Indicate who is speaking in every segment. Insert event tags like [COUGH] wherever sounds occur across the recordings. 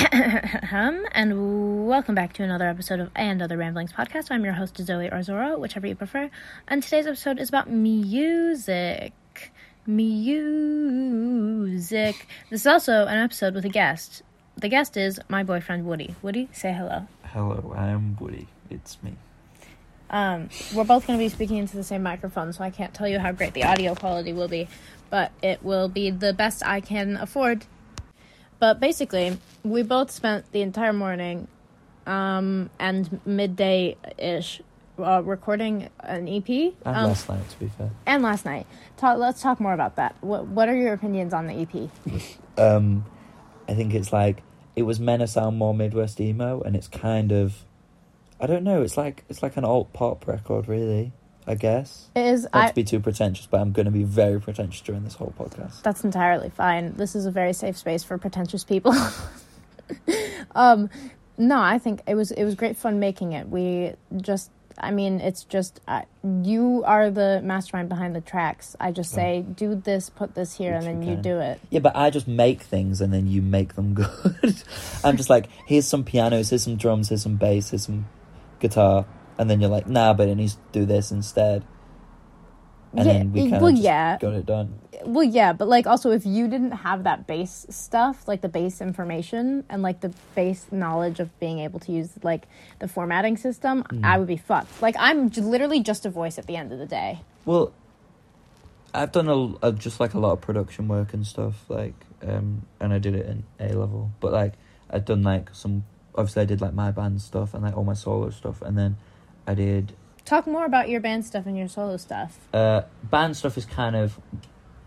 Speaker 1: Ahem, and welcome back to another episode of And Other Ramblings podcast. I'm your host Zoe or Zora, whichever you prefer. And today's episode is about music. Music. This is also an episode with a guest. The guest is my boyfriend Woody. Woody, say hello.
Speaker 2: Hello, I am Woody. It's me.
Speaker 1: Um, we're both going to be speaking into the same microphone, so I can't tell you how great the audio quality will be, but it will be the best I can afford. But basically, we both spent the entire morning um, and midday ish uh, recording an EP.
Speaker 2: And
Speaker 1: um,
Speaker 2: last night, to be fair.
Speaker 1: and last night. Talk, let's talk more about that. What, what are your opinions on the E EP?
Speaker 2: Um, I think it's like it was meant to sound more Midwest emo, and it's kind of, I don't know. It's like it's like an alt pop record, really. I guess.
Speaker 1: It is.
Speaker 2: Not
Speaker 1: I,
Speaker 2: to be too pretentious, but I'm going to be very pretentious during this whole podcast.
Speaker 1: That's entirely fine. This is a very safe space for pretentious people. [LAUGHS] um, no, I think it was it was great fun making it. We just, I mean, it's just uh, you are the mastermind behind the tracks. I just say do this, put this here,
Speaker 2: Which
Speaker 1: and
Speaker 2: we
Speaker 1: then you
Speaker 2: can.
Speaker 1: do it.
Speaker 2: Yeah, but I just make things and then you make them good. [LAUGHS] I'm just like, here's some pianos, here's some drums, here's some bass, here's some guitar, and then you're like, nah, but it needs to do this instead. And
Speaker 1: Yeah,
Speaker 2: then we
Speaker 1: y-
Speaker 2: kind of
Speaker 1: well,
Speaker 2: just
Speaker 1: yeah.
Speaker 2: got it done.
Speaker 1: Well, yeah, but like also if you didn't have that base stuff, like the base information and like the base knowledge of being able to use like the formatting system,
Speaker 2: Mm-hmm.
Speaker 1: I would be fucked. Like I'm j- literally just a voice at the end of the day.
Speaker 2: Well, I've done a, a just like a lot of production work and stuff, like, um, and I did it in A level. But like, I've done like some. Obviously, I did like my band stuff and like all my solo stuff, and then I did
Speaker 1: Talk more about your band stuff and your solo stuff.
Speaker 2: uh, band stuff is kind of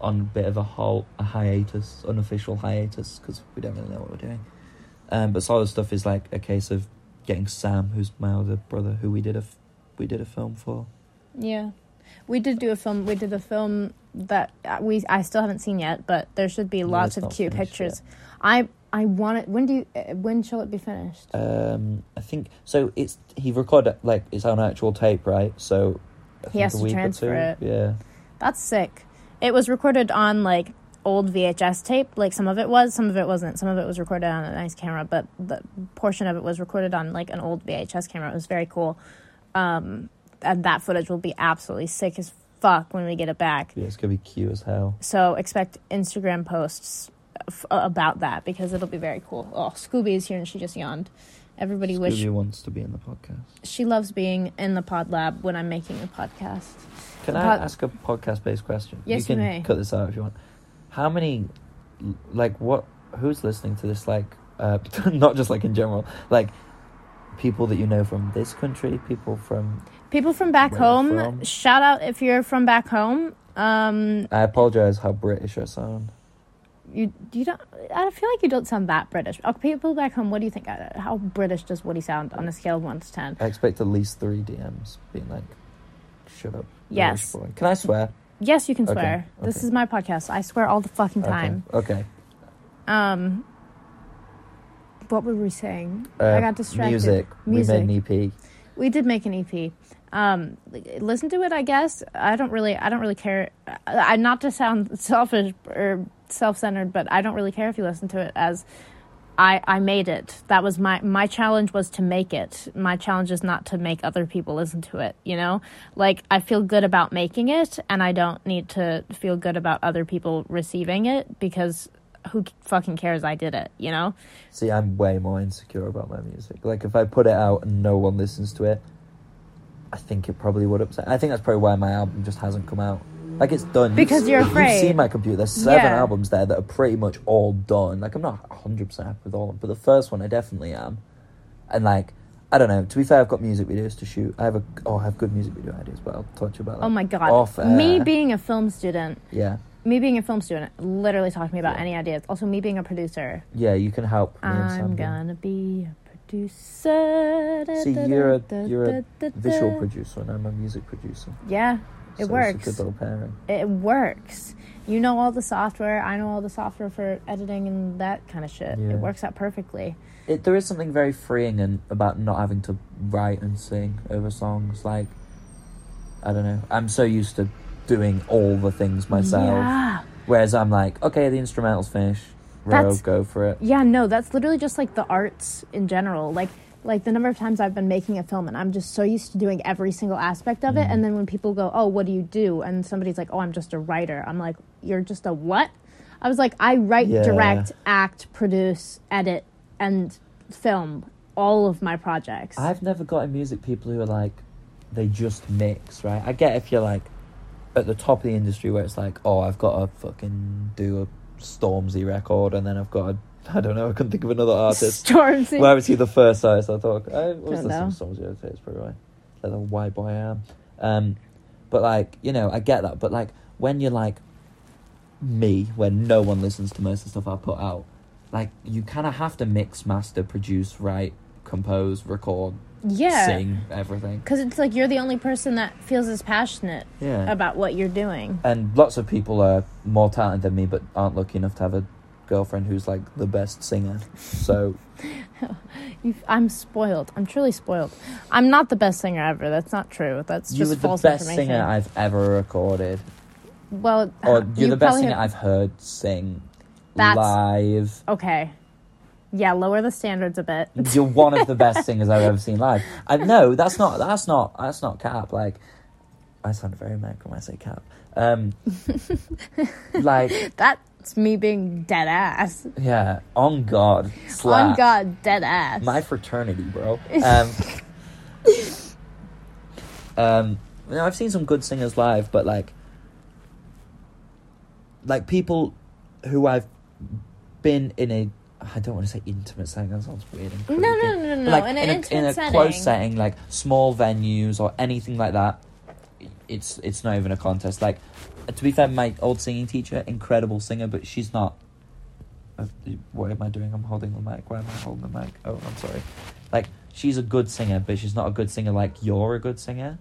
Speaker 2: on a bit of a halt, a hiatus, unofficial hiatus, because we don't really know what we're doing. Um, but solo stuff is like a case of getting Sam, who's my older brother, who we did a f- we did a film for.
Speaker 1: Yeah, we did do a film. We did a film that uh, we I still haven't seen yet, but there should be lots
Speaker 2: it's
Speaker 1: of
Speaker 2: not
Speaker 1: cute
Speaker 2: finished
Speaker 1: pictures. I I want it. When do you? uh, When shall it be finished?
Speaker 2: Um, I think so. It's he recorded like it's on actual tape, right? So I think
Speaker 1: has
Speaker 2: a
Speaker 1: to
Speaker 2: week or
Speaker 1: transfer
Speaker 2: two,
Speaker 1: it.
Speaker 2: Yeah,
Speaker 1: That's sick. It was recorded on like old VHS tape. Like some of it was, some of it wasn't. Some of it was recorded on a nice camera, but the portion of it was recorded on like an old VHS camera. It was very cool. Um, and that footage will be absolutely sick as fuck when we get it back.
Speaker 2: yeah, it's gonna be cute as hell.
Speaker 1: So expect Instagram posts f- about that because it'll be very cool. Oh, Scooby is here and she just yawned. Everybody
Speaker 2: Scooby
Speaker 1: wish
Speaker 2: wants to be in the podcast.
Speaker 1: she loves being in the pod lab when I'm making the podcast.
Speaker 2: Can
Speaker 1: The
Speaker 2: I
Speaker 1: pod-
Speaker 2: ask a podcast-based question?
Speaker 1: Yes, you
Speaker 2: you can
Speaker 1: may.
Speaker 2: cut this out if you want. How many, like, what? Who's listening to this? Like, uh, [LAUGHS] not just like in general, like people that you know from this country, people from.
Speaker 1: People from back
Speaker 2: Where
Speaker 1: home,
Speaker 2: from?
Speaker 1: shout out if you're from back home. Um,
Speaker 2: I apologize how British I sound.
Speaker 1: you you don't. I feel like you don't sound that British. Oh, people back home, what do you think? Uh, How British does Woody sound on a scale of one to ten?
Speaker 2: I expect at least three DMs being like, "Shut up, British
Speaker 1: Yes.
Speaker 2: boy." Can I swear?
Speaker 1: Yes, you can
Speaker 2: Okay,
Speaker 1: swear. This
Speaker 2: okay.
Speaker 1: is my podcast. I swear all the fucking
Speaker 2: Okay,
Speaker 1: time.
Speaker 2: Okay.
Speaker 1: Um, what were we saying?
Speaker 2: Uh,
Speaker 1: I got distracted.
Speaker 2: Music. We
Speaker 1: Music.
Speaker 2: made an E EP.
Speaker 1: We did make an EP. Um, li- listen to it, I guess. I don't really, I don't really care. I, I not to sound [LAUGHS] selfish or self-centered, but I don't really care if you listen to it as I, I made it. That was my, my challenge was to make it. My challenge is not to make other people listen to it, you know? Like, I feel good about making it and I don't need to feel good about other people receiving it because who fucking cares I did it, you know?
Speaker 2: See, I'm way more insecure about my music. Like, if I put it out and no one listens to it, I think it probably would upset. I think that's probably why my album just hasn't come out. Like, it's done.
Speaker 1: Because you're
Speaker 2: You've
Speaker 1: afraid.
Speaker 2: seen my computer. There's seven
Speaker 1: Yeah.
Speaker 2: albums there that are pretty much all done. Like, I'm not 100% happy with all of them, but the first one I definitely am. And, like, I don't know. To be fair, I've got music videos to shoot. I have a oh, I have good music video ideas, but I'll talk to you about that.
Speaker 1: Oh my god.
Speaker 2: Off
Speaker 1: Me
Speaker 2: air.
Speaker 1: being a film student
Speaker 2: yeah,
Speaker 1: me being a film student literally talk to me about any ideas also me being a producer
Speaker 2: yeah, you can help me and
Speaker 1: i'm
Speaker 2: Sam.
Speaker 1: gonna be a producer Da,
Speaker 2: See,
Speaker 1: da,
Speaker 2: you're a-
Speaker 1: da,
Speaker 2: you're a
Speaker 1: da, da,
Speaker 2: Visual
Speaker 1: da.
Speaker 2: producer, and I'm a music producer.
Speaker 1: yeah it
Speaker 2: So It's a good
Speaker 1: works
Speaker 2: little pairing.
Speaker 1: it works you know all the software i know all the software for editing and that kind of shit
Speaker 2: Yeah.
Speaker 1: it works out perfectly
Speaker 2: it, there is something very freeing and about not having to write and sing over songs. Like, I don't know. I'm so used to doing all the things myself.
Speaker 1: yeah
Speaker 2: Whereas I'm like, okay, the instrumental's finished. Ro,
Speaker 1: That's-
Speaker 2: go for it.
Speaker 1: Yeah, no, that's literally just like the arts in general. Like like the number of times I've been making a film and I'm just so used to doing every single aspect of it
Speaker 2: Mm-hmm.
Speaker 1: and then when people go, "Oh, what do you do?" and somebody's like, "Oh, I'm just a writer." I'm like, "You're just a what?" I was like, "I write,
Speaker 2: Yeah.
Speaker 1: direct, act, produce, edit, and film all of my projects."
Speaker 2: I've never got in music people who are like, they just mix, right? I get if you're like at the top of the industry where it's like, oh, I've got to fucking do a Stormzy record and then I've got to, I don't know, I couldn't think of another artist.
Speaker 1: [LAUGHS] Stormzy.
Speaker 2: Where was he the first artist I thought? I was
Speaker 1: Don't
Speaker 2: listening to Stormzy, I'd say it's probably right. Like the white boy I am. Um, but like, you know, I get that. But like, when you're like me, when no one listens to most of the stuff I put out, like, you kind of have to mix, master, produce, write, compose, record,
Speaker 1: yeah.
Speaker 2: sing everything.
Speaker 1: Cuz it's like you're the only person that feels as passionate
Speaker 2: Yeah.
Speaker 1: about what you're doing.
Speaker 2: and lots of people are more talented than me, but aren't lucky enough to have a girlfriend who's like the best singer.
Speaker 1: [LAUGHS]
Speaker 2: So
Speaker 1: You've, I'm spoiled. I'm truly spoiled. I'm not the best singer ever. That's not true. That's
Speaker 2: you
Speaker 1: just
Speaker 2: were the
Speaker 1: false
Speaker 2: best
Speaker 1: information.
Speaker 2: singer I've ever recorded,
Speaker 1: well, [LAUGHS]
Speaker 2: or you're
Speaker 1: you
Speaker 2: the best
Speaker 1: probably
Speaker 2: singer
Speaker 1: have-
Speaker 2: I've heard sing
Speaker 1: That's- [LAUGHS]
Speaker 2: live.
Speaker 1: Okay. Yeah, lower the standards a bit.
Speaker 2: You're one of the best singers I've ever seen live. I no, that's not that's not that's not cap. Like I sound very American when I say cap.
Speaker 1: [LAUGHS]
Speaker 2: Um,
Speaker 1: [LAUGHS]
Speaker 2: like
Speaker 1: That's me being dead ass.
Speaker 2: yeah, on God,
Speaker 1: On
Speaker 2: slap.
Speaker 1: God, dead ass.
Speaker 2: My fraternity,
Speaker 1: [LAUGHS]
Speaker 2: bro. Um, um, you know, I've seen some good singers live, but like, like people who I've been in a I don't want to say intimate setting. That sounds weird. and
Speaker 1: No,
Speaker 2: creepy.
Speaker 1: no, no, no,
Speaker 2: But, Like
Speaker 1: no, in an intimate
Speaker 2: in a
Speaker 1: setting.
Speaker 2: close setting, like small venues or anything like that, it's it's not even a contest. Like uh, to be fair, my old singing teacher, incredible singer, but she's not. uh, What am I doing? I'm holding the mic. Why am I holding the mic? Oh, I'm sorry. Like she's a good singer, but she's not a good singer like you're a good singer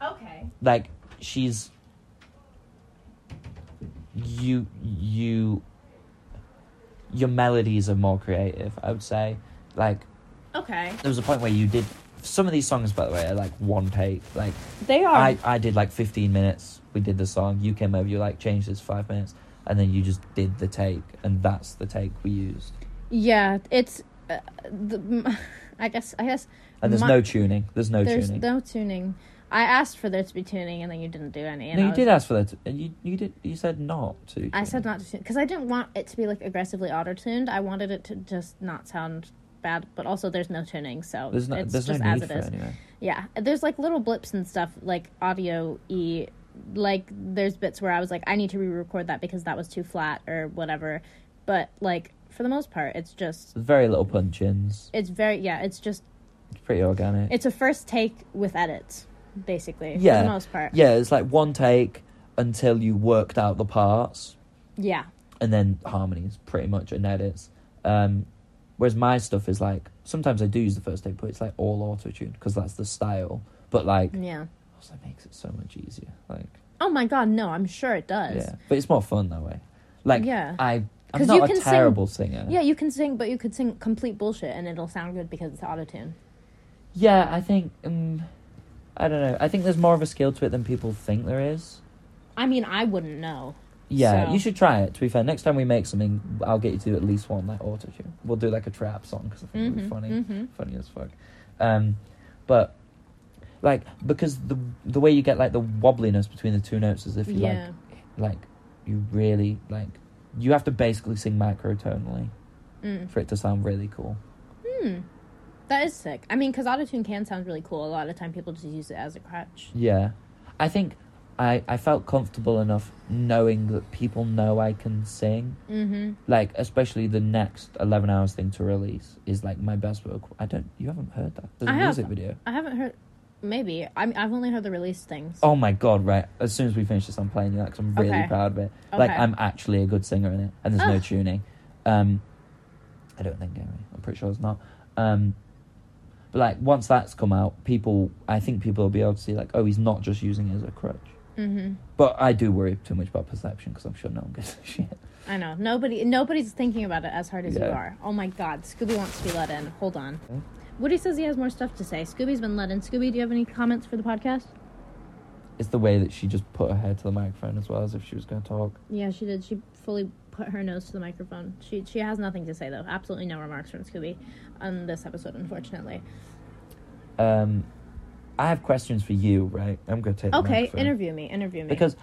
Speaker 1: okay.
Speaker 2: like she's you you your melodies are more creative i would say like
Speaker 1: Okay.
Speaker 2: there was a point where you did some of these songs by the way are like one take like
Speaker 1: They are.
Speaker 2: i i did like 15 minutes we did the song you came over you like changed this five minutes and then you just did the take and that's the take we used
Speaker 1: yeah, it's. Uh, the, m- [LAUGHS] I guess. I guess.
Speaker 2: and there's
Speaker 1: my-
Speaker 2: no tuning there's no
Speaker 1: There's
Speaker 2: tuning
Speaker 1: no tuning. I asked for there to be tuning, and then you didn't do any. and I
Speaker 2: no you
Speaker 1: was
Speaker 2: did ask for that to- you you did you said not to
Speaker 1: I said
Speaker 2: tune.
Speaker 1: not to because I didn't want it to be like aggressively auto tuned. I wanted it to just not sound bad, but also there's no tuning, so
Speaker 2: there's no
Speaker 1: it's
Speaker 2: there's no
Speaker 1: just
Speaker 2: need
Speaker 1: as it
Speaker 2: for
Speaker 1: is.
Speaker 2: it anyway
Speaker 1: Yeah, there's like little blips and stuff, like audio e, like there's bits where I was like, I need to re-record that because that was too flat or whatever. But like for the most part, it's just
Speaker 2: There's very little punch ins.
Speaker 1: it's very yeah, it's just
Speaker 2: It's pretty organic.
Speaker 1: it's a first take with edits, basically for
Speaker 2: Yeah.
Speaker 1: the most part.
Speaker 2: yeah, it's like one take until you worked out the parts
Speaker 1: Yeah,
Speaker 2: and then harmonies pretty much and edits. Um, whereas my stuff is like sometimes I do use the first take, but it's like all auto tune because that's the style. But like,
Speaker 1: yeah.
Speaker 2: also makes it so much easier. Like,
Speaker 1: Oh my god, no, I'm sure it does.
Speaker 2: yeah, but it's more fun that way. Like,
Speaker 1: Yeah.
Speaker 2: I I'm
Speaker 1: 'Cause you
Speaker 2: not
Speaker 1: can
Speaker 2: a
Speaker 1: sing-
Speaker 2: terrible singer.
Speaker 1: Yeah, you can sing, but you could sing complete bullshit and it'll sound good because it's autotune.
Speaker 2: yeah, I think um, I don't know. I think there's more of a skill to it than people think there is.
Speaker 1: I mean, I wouldn't know.
Speaker 2: Yeah,
Speaker 1: So-
Speaker 2: you should try it. To be fair, next time we make something, I'll get you to do at least one like auto tune. We'll do like a trap song because I think it'll be
Speaker 1: Mhm,
Speaker 2: funny,
Speaker 1: mhm.
Speaker 2: funny as fuck. Um, but like because the the way you get like the wobbliness between the two notes is if you
Speaker 1: yeah.
Speaker 2: like like you really like you have to basically sing microtonally
Speaker 1: Mm.
Speaker 2: for it to sound really cool.
Speaker 1: Hmm. That is sick. I mean, because autotune can sound really cool. A lot of time people just use it as a crutch.
Speaker 2: Yeah, I think I I felt comfortable enough knowing that people know I can sing.
Speaker 1: Mm-hmm.
Speaker 2: like especially the next 11 hours thing to release is like my best work i don't you haven't heard that there's a
Speaker 1: I have.
Speaker 2: music video
Speaker 1: I haven't heard. Maybe. I mean, I've only heard the release things.
Speaker 2: oh my god right as soon as we finish this i'm playing you that 'cause i'm really
Speaker 1: Okay.
Speaker 2: proud of it like
Speaker 1: Okay.
Speaker 2: i'm actually a good singer in it and there's no
Speaker 1: Ah.
Speaker 2: tuning um i don't think anyway i'm pretty sure it's not um but like once that's come out people i think people will be able to see like oh he's not just using it as a crutch
Speaker 1: Mm-hmm.
Speaker 2: but i do worry too much about perception because i'm sure no one gives a [LAUGHS] shit
Speaker 1: I know. Nobody. Nobody's thinking about it as hard as you
Speaker 2: Yeah.
Speaker 1: are. Oh my God. Scooby wants to be let in. Hold on.
Speaker 2: Hmm?
Speaker 1: Woody says he has more stuff to say. Scooby's been let in. Scooby, do you have any comments for the podcast?
Speaker 2: it's the way that she just put her head to the microphone as well as if she was going to talk
Speaker 1: Yeah, she did. She fully put her nose to the microphone. She she has nothing to say though. Absolutely no remarks from Scooby on this episode, unfortunately.
Speaker 2: Um, I have questions for you, right? I'm gonna take. the
Speaker 1: Okay,
Speaker 2: microphone.
Speaker 1: interview me. Interview me.
Speaker 2: Because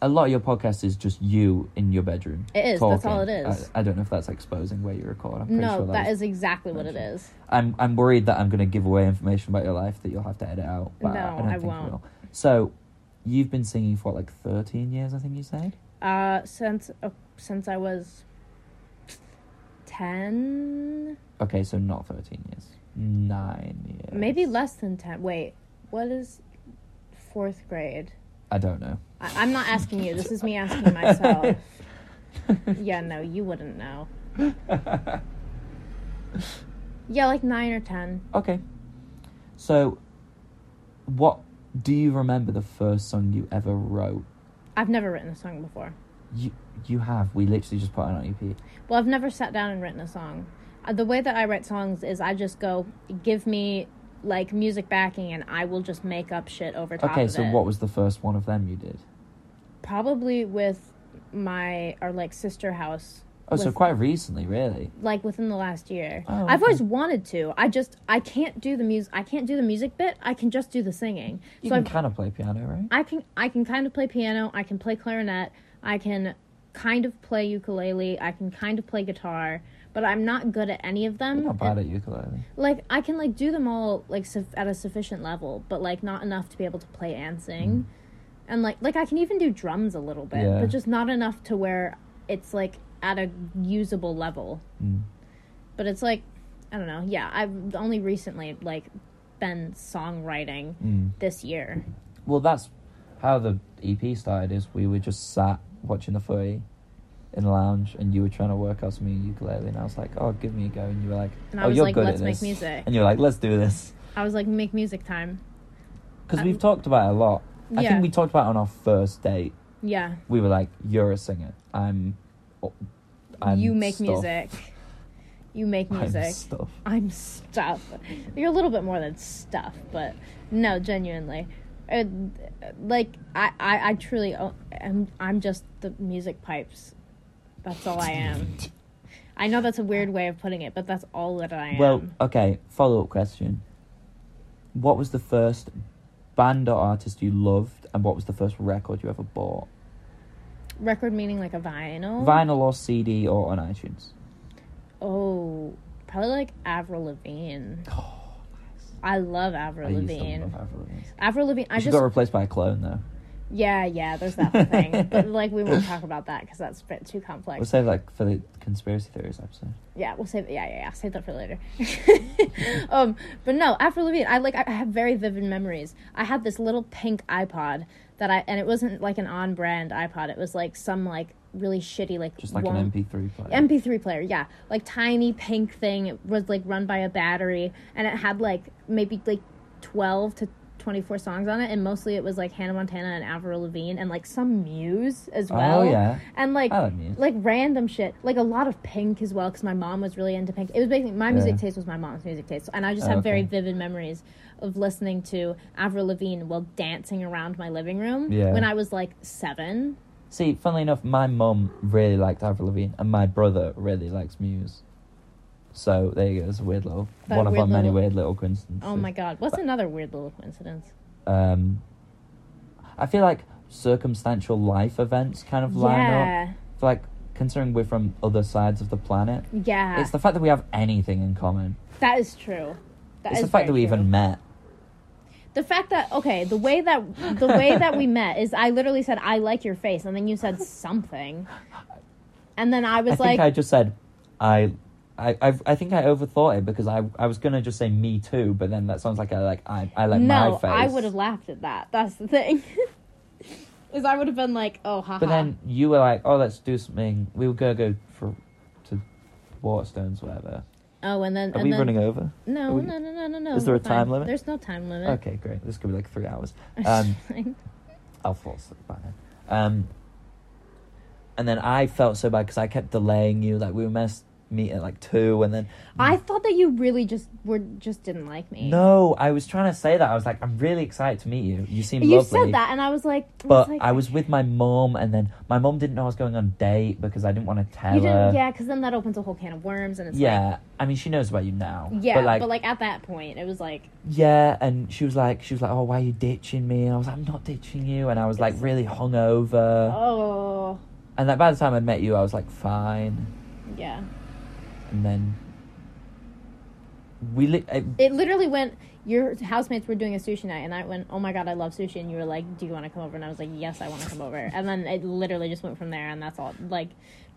Speaker 2: a lot of your podcast is just you in your bedroom.
Speaker 1: It is, that's all it is.
Speaker 2: I, I don't know if that's exposing where you record. I'm pretty
Speaker 1: no,
Speaker 2: sure
Speaker 1: that is exactly what it
Speaker 2: mentioned.
Speaker 1: is.
Speaker 2: I'm I'm worried that I'm going to give away information about your life that you'll have to edit out. But I,
Speaker 1: No,
Speaker 2: don't
Speaker 1: I
Speaker 2: think you
Speaker 1: won't.
Speaker 2: will. So, you've been singing for like 13 years, I think you said.
Speaker 1: Uh, since uh, since I was ten,
Speaker 2: Okay, so not 13 years, nine years.
Speaker 1: maybe less than ten. Wait, what is fourth
Speaker 2: [LAUGHS]
Speaker 1: grade?
Speaker 2: I don't know.
Speaker 1: I, I'm not asking you. This is me asking
Speaker 2: [LAUGHS]
Speaker 1: myself. yeah, no, you wouldn't know. Yeah, like nine or ten.
Speaker 2: okay. So, what do you remember the first song you ever wrote?
Speaker 1: I've never written a song before.
Speaker 2: You you have. We literally just put it on E EP.
Speaker 1: Well, I've never sat down and written a song. Uh, The way that I write songs is I just go, give me like music backing, and I will just make up shit over top
Speaker 2: okay,
Speaker 1: of
Speaker 2: so
Speaker 1: it.
Speaker 2: what was the first one of them you did?
Speaker 1: Probably with my or like sister house.
Speaker 2: Oh, so
Speaker 1: with-
Speaker 2: quite recently, really.
Speaker 1: like within the last year.
Speaker 2: Oh,
Speaker 1: I've
Speaker 2: okay.
Speaker 1: always wanted to. I just I can't do the music. I can't do the music bit. I can just do the singing.
Speaker 2: You
Speaker 1: so
Speaker 2: can
Speaker 1: I've,
Speaker 2: kind of play piano, right?
Speaker 1: I can I can kind of play piano. I can play clarinet. I can kind of play ukulele. I can kind of play guitar. But I'm not good at any of them.
Speaker 2: I'm not
Speaker 1: And-
Speaker 2: bad at ukulele.
Speaker 1: like I can like do them all like su- at a sufficient level, but like not enough to be able to play and sing, and like like I can even do drums a little bit,
Speaker 2: Mm. Yeah.
Speaker 1: but just not enough to where it's like at a usable level.
Speaker 2: Mm.
Speaker 1: But it's like I don't know. Yeah, I've only recently like been songwriting
Speaker 2: Mm.
Speaker 1: this year.
Speaker 2: Well, that's how the EP started. Is we were just sat watching the footy in the lounge, and you were trying to work out something on your ukulele, and I was like, "Oh, give me a go," and you were like,
Speaker 1: And I
Speaker 2: "Oh,
Speaker 1: was
Speaker 2: you're
Speaker 1: like,
Speaker 2: good
Speaker 1: "Let's
Speaker 2: at
Speaker 1: make
Speaker 2: this,"
Speaker 1: music.
Speaker 2: and you were like, "Let's do this,"
Speaker 1: I was like, make music time.
Speaker 2: because
Speaker 1: Um,
Speaker 2: we've talked about it a lot. I
Speaker 1: yeah.
Speaker 2: think we talked about it on our first date.
Speaker 1: Yeah,
Speaker 2: We were like, "You're a singer. I'm." oh, I'm
Speaker 1: you make
Speaker 2: stuff.
Speaker 1: music. You make music.
Speaker 2: I'm stuff.
Speaker 1: I'm stuff. You're a little bit more than stuff, but no, genuinely, Uh, like I, I, I truly, o- am, I'm just the music pipes. That's all I am. I know that's a weird way of putting it, but that's all that I am.
Speaker 2: Well, uh, okay. Follow up question: What was the first band or artist you loved, and what was the first record you ever bought?
Speaker 1: record meaning like a vinyl.
Speaker 2: Vinyl or CD or on iTunes?
Speaker 1: Oh, probably like Avril
Speaker 2: [GASPS]
Speaker 1: Lavigne. I love Avril
Speaker 2: Oh, I used to
Speaker 1: Lavigne.
Speaker 2: love Avril Lavigne.
Speaker 1: Avril Lavigne. I
Speaker 2: she
Speaker 1: just
Speaker 2: got replaced by a clone, though.
Speaker 1: yeah, yeah. There's that whole thing, but like we won't talk about that because that's a bit too complex.
Speaker 2: We'll save like for the conspiracy theories episode.
Speaker 1: yeah, we'll save yeah, yeah, yeah, save that for later. [LAUGHS] um, but no, Avril Lavigne, I like I have very vivid memories. I had this little pink iPod that I and it wasn't like an on-brand iPod. It was like some like really shitty like
Speaker 2: Just like
Speaker 1: one-
Speaker 2: an MP3 player.
Speaker 1: MP3 player, yeah, like tiny pink thing. It was like run by a battery, and it had like maybe like twelve to twenty-four songs on it, and mostly it was like Hannah Montana and Avril Lavigne, and like some Muse as well.
Speaker 2: Oh, yeah. Oh,
Speaker 1: and like
Speaker 2: I like Muse.
Speaker 1: like random shit, like a lot of Pink as well, because my mom was really into Pink. It was basically my music
Speaker 2: Yeah.
Speaker 1: taste was my mom's music taste, and I just
Speaker 2: Oh,
Speaker 1: have very
Speaker 2: okay.
Speaker 1: vivid memories of listening to Avril Lavigne while dancing around my living room
Speaker 2: Yeah.
Speaker 1: when I was like seven.
Speaker 2: See, funnily enough, my mum really liked Avril Lavigne, and my brother really likes Muse. So there you go. It's a weird little
Speaker 1: That
Speaker 2: one of
Speaker 1: weird
Speaker 2: our many
Speaker 1: little-
Speaker 2: weird little coincidences.
Speaker 1: Oh my god, what's another weird little coincidence?
Speaker 2: Um, I feel like circumstantial life events kind of line up.
Speaker 1: Yeah,
Speaker 2: I feel like considering we're from other sides of the planet,
Speaker 1: yeah,
Speaker 2: it's the fact that we have anything in common.
Speaker 1: that is true. That
Speaker 2: it's
Speaker 1: is
Speaker 2: the
Speaker 1: very
Speaker 2: fact that we
Speaker 1: true.
Speaker 2: even met.
Speaker 1: the fact that okay, the way that the way that we met is I literally said I like your face, and then you said something, and then I was
Speaker 2: I
Speaker 1: like,
Speaker 2: think I just said, I, I, I, I think I overthought it because I, I was gonna just say me too, but then that sounds like I like I, I like my
Speaker 1: no,
Speaker 2: face.
Speaker 1: I would have laughed at that. That's the thing. [LAUGHS] Is I would have been like, oh, haha.
Speaker 2: But then you were like, oh, let's do something. We were gonna go for, to, Waterstones, whatever.
Speaker 1: oh, and then
Speaker 2: Are
Speaker 1: and
Speaker 2: we
Speaker 1: then,
Speaker 2: running over?
Speaker 1: No,
Speaker 2: are we-
Speaker 1: no, no, no, no, no.
Speaker 2: Is there a
Speaker 1: we're
Speaker 2: time
Speaker 1: fine.
Speaker 2: limit?
Speaker 1: There's no time limit. [LAUGHS]
Speaker 2: Okay, great. This could be like three hours. Um, I'll fall asleep by then. Um, and then I felt so bad because I kept delaying you. Like we were mess- meet at like two, and then
Speaker 1: I thought that you really just were just didn't like me.
Speaker 2: no, I was trying to say that I was like, I'm really excited to meet you. You seem
Speaker 1: you
Speaker 2: lovely.
Speaker 1: said that, and I was like, I was
Speaker 2: But
Speaker 1: like,
Speaker 2: I was with my mum, and then my mum didn't know I was going on a date because I didn't want to tell
Speaker 1: you
Speaker 2: her.
Speaker 1: didn't, yeah, because then that opens a whole can of worms, and it's
Speaker 2: Yeah, I mean, she knows about you now.
Speaker 1: like, yeah,
Speaker 2: but like,
Speaker 1: at that point, it was like,
Speaker 2: yeah, and she was like, she was like, oh, why are you ditching me? And I was like, I'm not ditching you, and I was like really hungover.
Speaker 1: oh,
Speaker 2: And like by the time I met you, I was like fine,
Speaker 1: yeah.
Speaker 2: and then we li- I,
Speaker 1: It literally went. Your housemates were doing a sushi night, and I went, "Oh my god, I love sushi!" And you were like, "Do you want to come over?" And I was like, "Yes, I want to come over." And then it literally just went from there, and that's all. Like,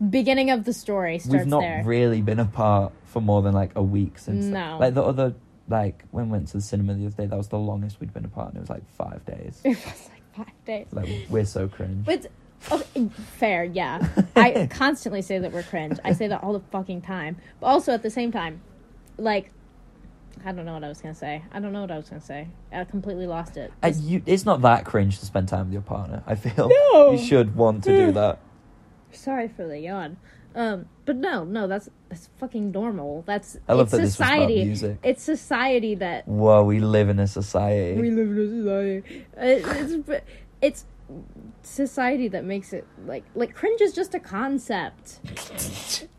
Speaker 1: beginning of the story starts
Speaker 2: we've not
Speaker 1: there.
Speaker 2: really been apart for more than like a week since.
Speaker 1: No.
Speaker 2: like the other like when we went to the cinema the other day, that was the longest we'd been apart, and it was like five
Speaker 1: [LAUGHS]
Speaker 2: days.
Speaker 1: [LAUGHS] it was like five days.
Speaker 2: like we're so cringe.
Speaker 1: But okay, fair, yeah.
Speaker 2: [LAUGHS]
Speaker 1: I constantly say that we're cringe. I say that all the fucking time. But also at the same time, like, I don't know what I was gonna say. I don't know what I was gonna say. I completely lost it.
Speaker 2: And you, it's not that cringe to spend time with your partner. I feel
Speaker 1: No. Mm.
Speaker 2: you should want to do that.
Speaker 1: Sorry for the yawn. Um, but no, no, that's that's fucking normal. That's
Speaker 2: I love
Speaker 1: it's
Speaker 2: that this was about
Speaker 1: society.
Speaker 2: music.
Speaker 1: It's society that
Speaker 2: Whoa, we live in a society.
Speaker 1: we live in a society. It- It's it's society that makes it like like cringe is just a
Speaker 2: [LAUGHS]
Speaker 1: concept.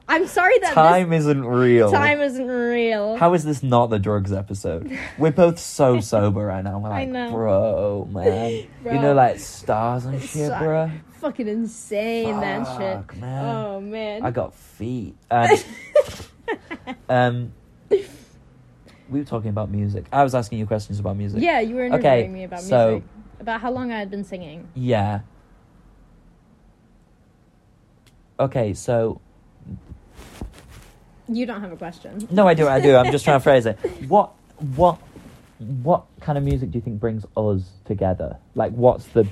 Speaker 1: I'm sorry that
Speaker 2: time isn't real.
Speaker 1: this time isn't real.
Speaker 2: How is this not the drugs episode? We're
Speaker 1: [LAUGHS]
Speaker 2: both so sober right now. We're
Speaker 1: I
Speaker 2: like,
Speaker 1: know.
Speaker 2: bro,
Speaker 1: [LAUGHS]
Speaker 2: man. You
Speaker 1: Bro.
Speaker 2: know, like stars and
Speaker 1: It's
Speaker 2: shit,
Speaker 1: so-
Speaker 2: bro.
Speaker 1: fucking insane that
Speaker 2: Fuck,
Speaker 1: shit.
Speaker 2: man.
Speaker 1: Oh man. [LAUGHS]
Speaker 2: I got feet. Um, um, we were talking about music. I was asking you questions about music.
Speaker 1: yeah, you were interviewing
Speaker 2: Okay,
Speaker 1: me about music.
Speaker 2: so-
Speaker 1: about how long I had been singing.
Speaker 2: Yeah. Okay, so
Speaker 1: You don't have a question.
Speaker 2: no, I do, I do. I'm just
Speaker 1: [LAUGHS]
Speaker 2: trying to phrase it. What, what, what kind of music do you think brings us together? Like, what's the?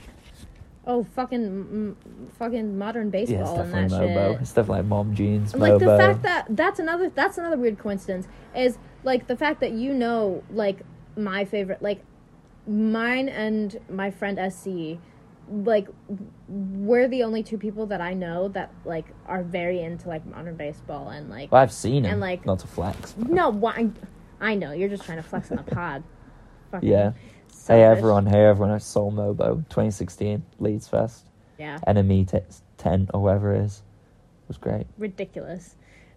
Speaker 1: Oh, fucking, m- m- fucking modern
Speaker 2: Yeah, it's
Speaker 1: baseball and
Speaker 2: definitely
Speaker 1: that
Speaker 2: Mobo.
Speaker 1: shit.
Speaker 2: It's definitely mom jeans.
Speaker 1: Like the
Speaker 2: Mobo.
Speaker 1: fact that that's another that's another weird coincidence is like the fact that you know like my favorite like mine and my friend SC like w- we're the only two people that I know that like are very into like modern baseball and like
Speaker 2: Well, I've seen him.
Speaker 1: And, like-
Speaker 2: not to flex. But
Speaker 1: no why I know you're just trying to flex on the pod. Fucking
Speaker 2: [LAUGHS] Yeah. Hey
Speaker 1: selfish.
Speaker 2: everyone! Hey everyone! I saw Mobo 2016 Leeds Fest
Speaker 1: Yeah.
Speaker 2: enemy t- tent or whatever it is. It was great.
Speaker 1: ridiculous.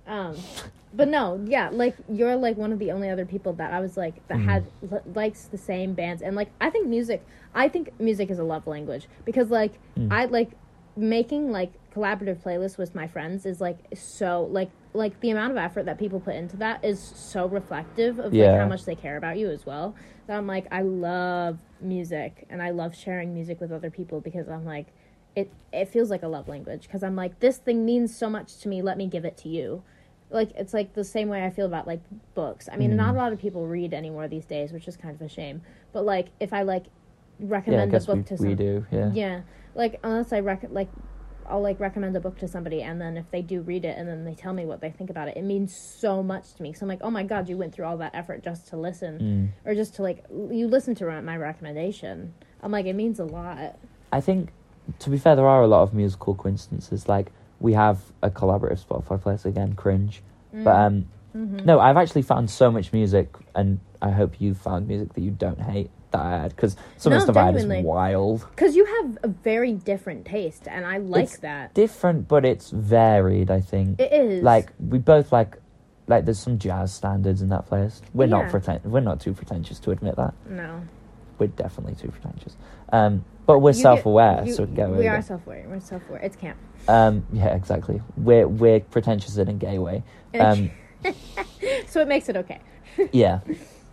Speaker 1: Um, but no, yeah, like you're like one of the only other people that I was like that had l- likes the same bands, and like I think music, I think music is a love language because like I like making like collaborative playlists with my friends is like so like like the amount of effort that people put into that is so reflective of like
Speaker 2: Yeah.
Speaker 1: how much they care about you as well that i'm like i love music and i love sharing music with other people because i'm like it it feels like a love language because i'm like this thing means so much to me let me give it to you like it's like the same way i feel about like books i mean not
Speaker 2: Mm.
Speaker 1: a lot of people read anymore these days which is kind of a shame but like if i like
Speaker 2: Yeah, I
Speaker 1: recommend a
Speaker 2: guess
Speaker 1: book
Speaker 2: we,
Speaker 1: to
Speaker 2: we
Speaker 1: some-
Speaker 2: do. Yeah.
Speaker 1: yeah, like unless I rec like I'll like recommend a book to somebody, and then if they do read it, and then they tell me what they think about it, it means so much to me. So I'm like, oh my god, you went through all that effort just to
Speaker 2: Mm.
Speaker 1: listen, or just to like l- you listen to re- my recommendation. I'm like, it means a lot.
Speaker 2: I think, to be fair, there are a lot of musical coincidences. Like we have a collaborative Spotify playlist again, cringe.
Speaker 1: Mm.
Speaker 2: But um, no, I've actually found so much music, and I hope you found music that you don't hate that I had because some of
Speaker 1: No,
Speaker 2: the stuff I had is
Speaker 1: genuinely.
Speaker 2: wild.
Speaker 1: Cause you have a very different taste, and I like
Speaker 2: It's
Speaker 1: that.
Speaker 2: Different, but it's varied. I think.
Speaker 1: It is
Speaker 2: like we both like like there's some jazz standards in that playlist. We're not
Speaker 1: Yeah.
Speaker 2: pretend we're not too pretentious to admit that.
Speaker 1: no,
Speaker 2: We're definitely too pretentious. Um but we're
Speaker 1: You get-
Speaker 2: self aware,
Speaker 1: you-
Speaker 2: so we can get away
Speaker 1: we
Speaker 2: with
Speaker 1: are
Speaker 2: it.
Speaker 1: self-aware. We're self-aware. It's camp.
Speaker 2: Um yeah, exactly. We're we're pretentious in a gay
Speaker 1: [LAUGHS]
Speaker 2: way. Um
Speaker 1: so it makes it okay.
Speaker 2: yeah.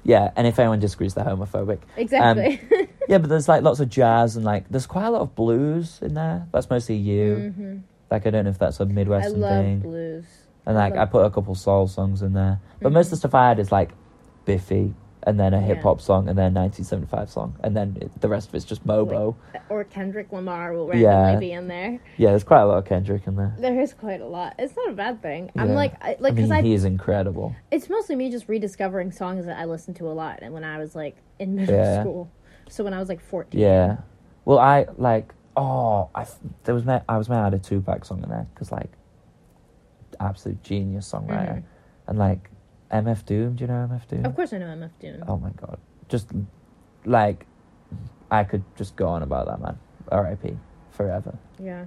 Speaker 2: Yeah, and if anyone disagrees they're homophobic.
Speaker 1: Exactly. [LAUGHS]
Speaker 2: Yeah, but there's like lots of jazz and like there's quite a lot of blues in there. That's mostly you. Like I don't know if that's a
Speaker 1: Mm-hmm. I
Speaker 2: Midwestern
Speaker 1: love
Speaker 2: thing.
Speaker 1: blues.
Speaker 2: And like I
Speaker 1: love-
Speaker 2: put a couple soul songs in there, but most of the stuff I had is like Biffy, and then a hip hop song, and then 1975 song, and then it, the rest of it's just Mobo.
Speaker 1: or Kendrick Lamar will
Speaker 2: Yeah.
Speaker 1: randomly be in there.
Speaker 2: Yeah, there's quite a lot of Kendrick in there.
Speaker 1: There is quite a lot. It's not a bad thing.
Speaker 2: Yeah.
Speaker 1: I'm like, I,
Speaker 2: I
Speaker 1: like,
Speaker 2: mean,
Speaker 1: cause I,
Speaker 2: he is incredible.
Speaker 1: it's mostly me just rediscovering songs that I listened to a lot, and when I was like in middle
Speaker 2: Yeah.
Speaker 1: school. So when I was like fourteen.
Speaker 2: Yeah. Well, I like. Oh, I f- there was ma- I was mad I had a Tupac song in there because like absolute genius songwriter.
Speaker 1: Mhm.
Speaker 2: And like MF Doom, do you know MF Doom?
Speaker 1: Of course, I know MF Doom.
Speaker 2: Oh my god. Just like I could just go on about that man. R.I.P. Forever.
Speaker 1: Yeah,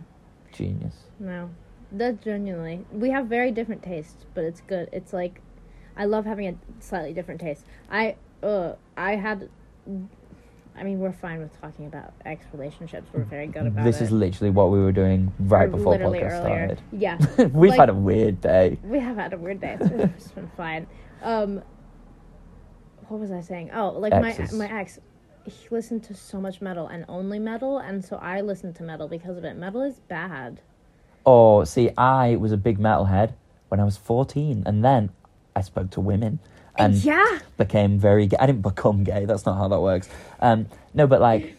Speaker 2: Genius.
Speaker 1: no, that's genuinely. We have very different tastes, but it's good. It's like, I love having a slightly different taste. I uh, I had. I mean, we're fine with talking about ex relationships. We're very good about
Speaker 2: Mm. this
Speaker 1: it.
Speaker 2: is literally what we were doing right
Speaker 1: Or
Speaker 2: before
Speaker 1: literally
Speaker 2: podcast
Speaker 1: earlier.
Speaker 2: started. [LAUGHS]
Speaker 1: Yeah,
Speaker 2: We've
Speaker 1: Like-
Speaker 2: had a weird day.
Speaker 1: we have had a weird day. It's been, it's been fine. Um, what was I saying? Oh, like
Speaker 2: Exes.
Speaker 1: my my ex, he listened to so much metal and only metal, and so I listened to metal because of it. Metal is bad.
Speaker 2: Oh, see, I was a big metalhead when I was 14, and then I spoke to women and
Speaker 1: yeah,
Speaker 2: became very gay. I didn't become gay, that's not how that works. Um, no, but like,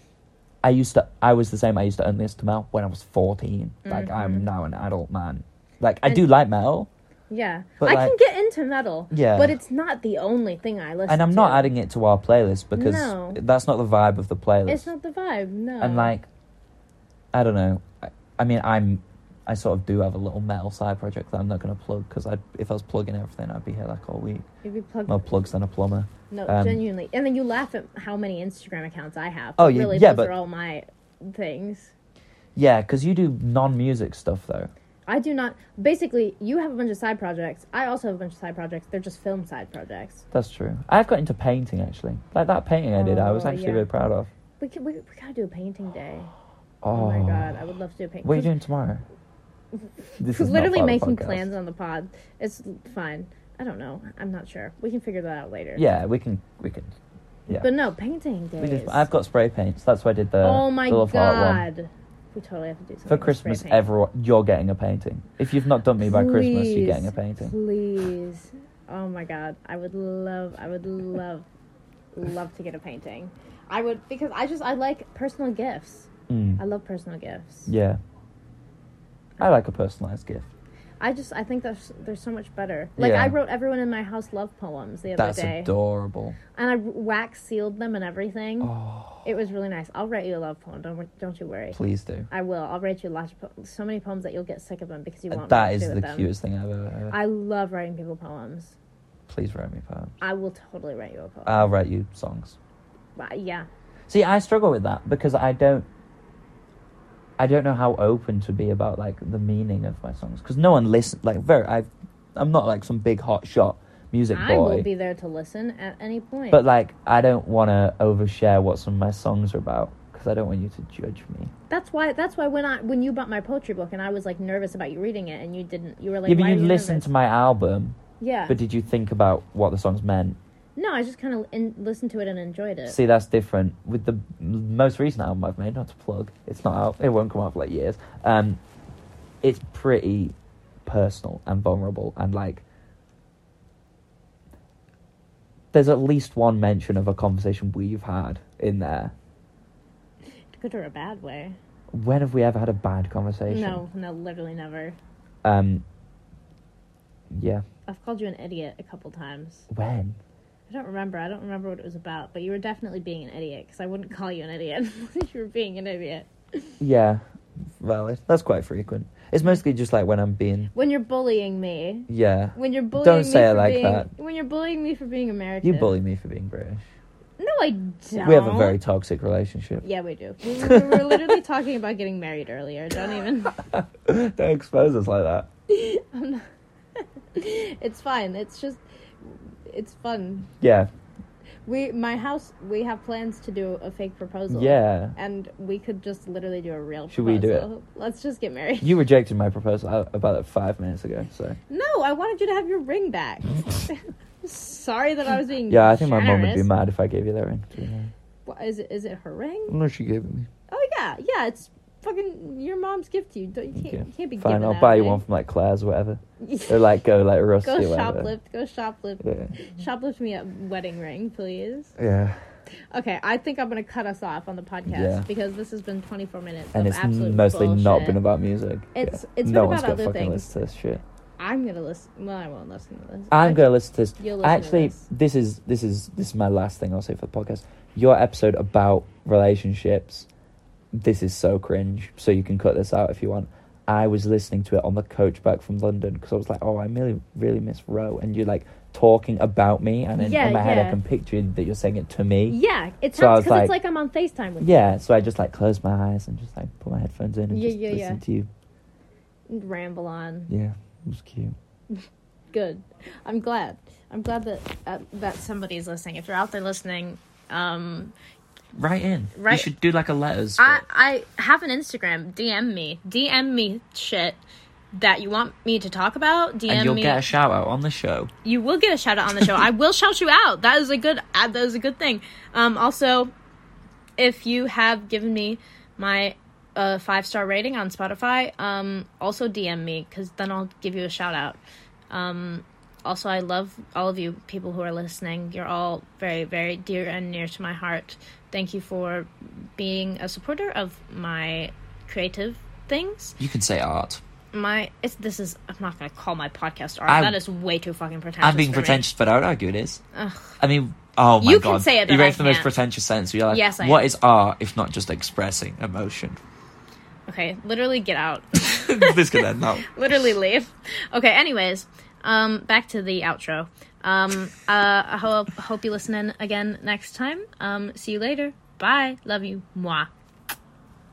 Speaker 2: I used to, I was the same, I used to only listen to metal when I was 14. Like, I'm now an adult man. Like, I
Speaker 1: Mm-hmm. And-
Speaker 2: do like metal,
Speaker 1: yeah.
Speaker 2: But
Speaker 1: I can
Speaker 2: like-
Speaker 1: get into metal.
Speaker 2: Yeah.
Speaker 1: but it's not the only thing I listen.
Speaker 2: and I'm
Speaker 1: to.
Speaker 2: not adding it to our playlist because
Speaker 1: No.
Speaker 2: that's not the vibe of the playlist.
Speaker 1: It's not the vibe. No.
Speaker 2: And like, I don't know. I, I mean, I'm. I sort of do have a little metal side project that I'm not going to plug because I, if I was plugging everything, I'd be here like all week.
Speaker 1: if you plug
Speaker 2: More plugs than a plumber.
Speaker 1: no,
Speaker 2: um,
Speaker 1: genuinely, and then you laugh at how many Instagram accounts I have.
Speaker 2: Oh,
Speaker 1: but
Speaker 2: yeah-
Speaker 1: really,
Speaker 2: yeah,
Speaker 1: those
Speaker 2: but-
Speaker 1: are all my things.
Speaker 2: Yeah, because you do non-music stuff though.
Speaker 1: I do not. Basically, you have a bunch of side projects. I also have a bunch of side projects. They're just film side projects.
Speaker 2: That's true. I got into painting actually. Like that painting I did, I was
Speaker 1: Oh,
Speaker 2: actually
Speaker 1: yeah.
Speaker 2: really proud of.
Speaker 1: We could, we, we gotta do a painting day.
Speaker 2: Oh,
Speaker 1: Oh, my god, I would love to do a painting.
Speaker 2: What are you doing tomorrow? This
Speaker 1: We're
Speaker 2: not
Speaker 1: literally
Speaker 2: part of the
Speaker 1: making
Speaker 2: podcast.
Speaker 1: plans on the pod. It's fine. I don't know. I'm not sure. We can figure that out later.
Speaker 2: Yeah, we can. We can. Yeah.
Speaker 1: But no, painting days.
Speaker 2: we did, I've got spray paints. That's why I did the.
Speaker 1: oh my
Speaker 2: the love heart one.
Speaker 1: god. We totally have to do something
Speaker 2: For
Speaker 1: with spray
Speaker 2: Christmas,
Speaker 1: paint.
Speaker 2: everyone, you're getting a painting. If you've not done me by Christmas, you're getting a
Speaker 1: Please,
Speaker 2: painting.
Speaker 1: Please. Oh my god. I would love I would love love to get a painting. I would because I just I like personal gifts.
Speaker 2: Mm.
Speaker 1: I love personal gifts.
Speaker 2: Yeah. I like a personalized gift.
Speaker 1: I just I think that's they're so much better. Like
Speaker 2: Yeah.
Speaker 1: I wrote everyone in my house love poems the other
Speaker 2: That's
Speaker 1: day.
Speaker 2: adorable.
Speaker 1: and I wax sealed them and everything.
Speaker 2: Oh,
Speaker 1: It was really nice. I'll write you a love poem. Don't wor- don't you worry.
Speaker 2: please do.
Speaker 1: I will. I'll write you lots of po- so many poems that you'll get sick of them because you won't. know
Speaker 2: Uh, That
Speaker 1: what to
Speaker 2: is
Speaker 1: do
Speaker 2: the
Speaker 1: with them.
Speaker 2: cutest thing I've ever heard.
Speaker 1: I love writing people poems.
Speaker 2: Please write me poems.
Speaker 1: I will totally write you a poem.
Speaker 2: I'll write you songs.
Speaker 1: But, yeah.
Speaker 2: See, I struggle with that because I don't. I don't know how open to be about like the meaning of my songs because no one listens. Like, very, I, I'm not like some big hot shot music boy.
Speaker 1: I will be there to listen at any point.
Speaker 2: But like, I don't want to overshare what some of my songs are about because I don't want you to judge me.
Speaker 1: that's why. That's why when I when you bought my poetry book and I was like nervous about you reading it and you didn't. You were like,
Speaker 2: yeah, but
Speaker 1: why
Speaker 2: you
Speaker 1: are you
Speaker 2: listened
Speaker 1: nervous?
Speaker 2: to my album,
Speaker 1: Yeah.
Speaker 2: but did you think about what the songs meant?
Speaker 1: no, I just kind of in- listened to it and enjoyed it.
Speaker 2: See, that's different. With the m- most recent album I've made, not to plug, it's not out. It won't come out for like years. Um, it's pretty personal and vulnerable, and like, there's at least one mention of a conversation we've had in there.
Speaker 1: Good or a bad way?
Speaker 2: When have we ever had a bad conversation?
Speaker 1: No, no, literally never.
Speaker 2: Um. Yeah.
Speaker 1: I've called you an idiot a couple times.
Speaker 2: When?
Speaker 1: I don't remember. I don't remember what it was about, but you were definitely being an idiot because I wouldn't call you an idiot. [LAUGHS] you were being an idiot.
Speaker 2: Yeah. Valid. That's quite frequent. It's mostly just like when I'm being.
Speaker 1: When you're bullying me.
Speaker 2: Yeah.
Speaker 1: When you're bullying
Speaker 2: Don't
Speaker 1: me
Speaker 2: say it
Speaker 1: for
Speaker 2: like
Speaker 1: being,
Speaker 2: that.
Speaker 1: When you're bullying me for being American.
Speaker 2: You bully me for being British.
Speaker 1: No, I don't.
Speaker 2: We have a very toxic relationship.
Speaker 1: Yeah, we do. We, we were literally talking about getting married earlier. Don't even.
Speaker 2: [LAUGHS] Don't expose us like that.
Speaker 1: I'm not... [LAUGHS] it's fine. It's just. It's fun.
Speaker 2: Yeah.
Speaker 1: We my house. We have plans to do a fake proposal.
Speaker 2: Yeah.
Speaker 1: And we could just literally do a real.
Speaker 2: Should we do it?
Speaker 1: proposal. Let's just get married.
Speaker 2: You rejected my proposal uh, about like, five minutes ago, so.
Speaker 1: No, I wanted you to have your ring back. [LAUGHS] Sorry that I was being.
Speaker 2: Yeah, I think my mum would be
Speaker 1: generous.
Speaker 2: mad if I gave you that ring. to be honest.
Speaker 1: Wha- Is it? Is it her ring?
Speaker 2: No, she gave it me.
Speaker 1: Oh yeah, yeah. It's fucking your mom's gift to you. Don't, you can't.
Speaker 2: Okay.
Speaker 1: You can't be.
Speaker 2: Fine,
Speaker 1: giving
Speaker 2: I'll
Speaker 1: that
Speaker 2: buy you
Speaker 1: away.
Speaker 2: one from like Claire's or whatever.
Speaker 1: [LAUGHS]
Speaker 2: Or like go like Rusty
Speaker 1: go
Speaker 2: or whatever.
Speaker 1: shoplift. Go shoplift. Shoplift me a wedding ring, please.
Speaker 2: Yeah. yeah.
Speaker 1: Okay, I think I'm gonna cut us off on the podcast
Speaker 2: Yeah.
Speaker 1: because this has been 24 minutes
Speaker 2: And
Speaker 1: of
Speaker 2: it's
Speaker 1: absolute
Speaker 2: mostly not
Speaker 1: bullshit.
Speaker 2: been about music.
Speaker 1: It's-
Speaker 2: yeah.
Speaker 1: it's been
Speaker 2: no
Speaker 1: about
Speaker 2: one's gonna
Speaker 1: other
Speaker 2: fucking
Speaker 1: things.
Speaker 2: listen to this shit.
Speaker 1: I'm gonna listen. Well, I won't listen to this.
Speaker 2: I'm
Speaker 1: I-
Speaker 2: gonna listen to this.
Speaker 1: You'll listen to
Speaker 2: Actually,
Speaker 1: this.
Speaker 2: is this is this is my last thing I'll say for the podcast. Your episode about relationships, this is so cringe. So you can cut this out if you want. I was listening to it on the coach back from London because I was like, oh, I really, really miss Roe. And you're like talking about me, and in,
Speaker 3: Yeah,
Speaker 2: in my head,
Speaker 3: yeah.
Speaker 2: I can picture that you're saying it to me.
Speaker 3: Yeah, it
Speaker 2: So I
Speaker 3: sounds because
Speaker 2: was
Speaker 3: it's like
Speaker 2: like-
Speaker 3: I'm on FaceTime with
Speaker 2: Yeah, so I just like closed my eyes and just like put my headphones in and
Speaker 3: Yeah,
Speaker 2: just
Speaker 3: yeah,
Speaker 2: listen
Speaker 3: yeah.
Speaker 2: to you.
Speaker 3: you. Ramble on.
Speaker 2: Yeah, it was cute.
Speaker 3: Good.
Speaker 1: I'm glad. I'm glad that uh, that somebody's listening. If you're out there listening, um,
Speaker 2: Right in.
Speaker 1: Right-
Speaker 2: You should do like a letters.
Speaker 1: I I have an Instagram. DM me. DM me shit that you want me to talk about. DM
Speaker 2: and you'll
Speaker 1: me.
Speaker 2: get a shout out on the show.
Speaker 1: you will get a shout out on the show. I will shout you out. That is a good. Uh, that is a good thing. Um, also, if you have given me my uh, five star rating on Spotify, um, also DM me because then I'll give you a shout out. Um, also, I love all of you people who are listening. You're all very, very dear and near to my heart. Thank you for being a supporter of my creative things.
Speaker 2: You can say art.
Speaker 1: My it's this is I'm not gonna call my podcast art.
Speaker 2: I'm-
Speaker 1: that is way too fucking pretentious.
Speaker 2: I'm being
Speaker 1: for me.
Speaker 2: pretentious, but I would argue it is. I mean, oh my
Speaker 1: You
Speaker 2: god.
Speaker 1: can say it,
Speaker 2: you
Speaker 1: but I
Speaker 2: the most
Speaker 1: can't.
Speaker 2: pretentious sentence. You're like,
Speaker 1: Yes, I
Speaker 2: what
Speaker 1: am.
Speaker 2: is art if not just expressing emotion? [LAUGHS]
Speaker 1: Okay, literally get out. [LAUGHS]
Speaker 2: this could end now.
Speaker 1: literally leave. Okay, anyways, um, back to the outro. Um, uh, I hope, hope you listen in again next time. Um, see you later. Bye. Love you. Mwah.